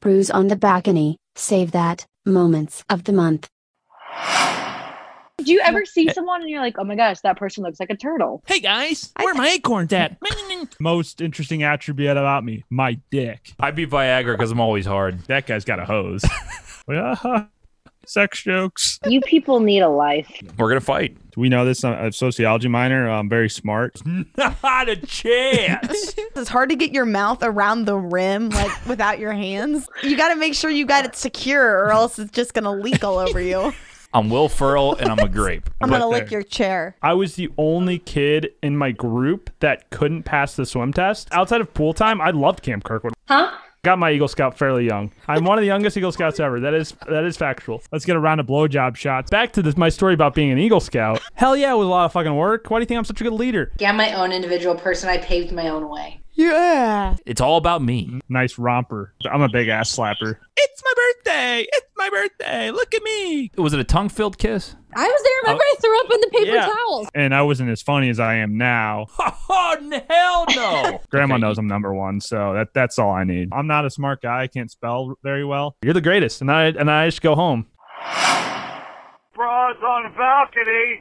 sprues on the balcony, save that, moments of the month. Do you ever see someone and you're like, oh my gosh, that person looks like a turtle? Hey guys, where are my acorns at? Most interesting attribute about me, my dick. I beat Viagra because I'm always hard. That guy's got a hose. Yeah, Sex jokes. You people need a life. We're gonna fight. We know this. I'm a sociology minor. I'm very smart. Not a chance. It's hard to get your mouth around the rim like without your hands. You got to make sure you got it secure, or else it's just gonna leak all over you. I'm Will Ferrell and I'm a grape. I'm Right gonna lick there. your chair. I was the only kid in my group that couldn't pass the swim test. Outside of pool time, I loved Camp Kirkwood. Huh? Got my Eagle Scout fairly young. I'm one of the youngest Eagle Scouts ever. That is that is factual. Let's get a round of blowjob shots. Back to this, my story about being an Eagle Scout. Hell yeah, it was a lot of fucking work. Why do you think I'm such a good leader? Yeah, I'm my own individual person. I paved my own way. Yeah. It's all about me. Nice romper. I'm a big ass slapper. It's my birthday. It's my birthday. Look at me. Was it a tongue filled kiss? I was there. Remember, I threw up in the paper Yeah. towels. And I wasn't as funny as I am now. Oh n- hell no! Grandma Okay, knows I'm number one, so that that's all I need. I'm not a smart guy. I can't spell very well. You're the greatest, and I and I just go home. Bras on balcony.